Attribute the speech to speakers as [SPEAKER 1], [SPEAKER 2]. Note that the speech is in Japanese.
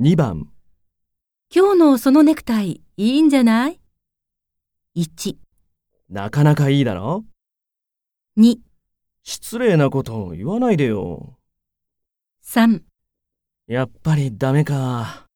[SPEAKER 1] 2番、
[SPEAKER 2] 今日のそのネクタイ、いいんじゃない ?1、
[SPEAKER 1] なかなかいいだろ
[SPEAKER 2] 2、
[SPEAKER 1] 失礼なこと言わないでよ。
[SPEAKER 2] 3
[SPEAKER 1] やっぱりダメか。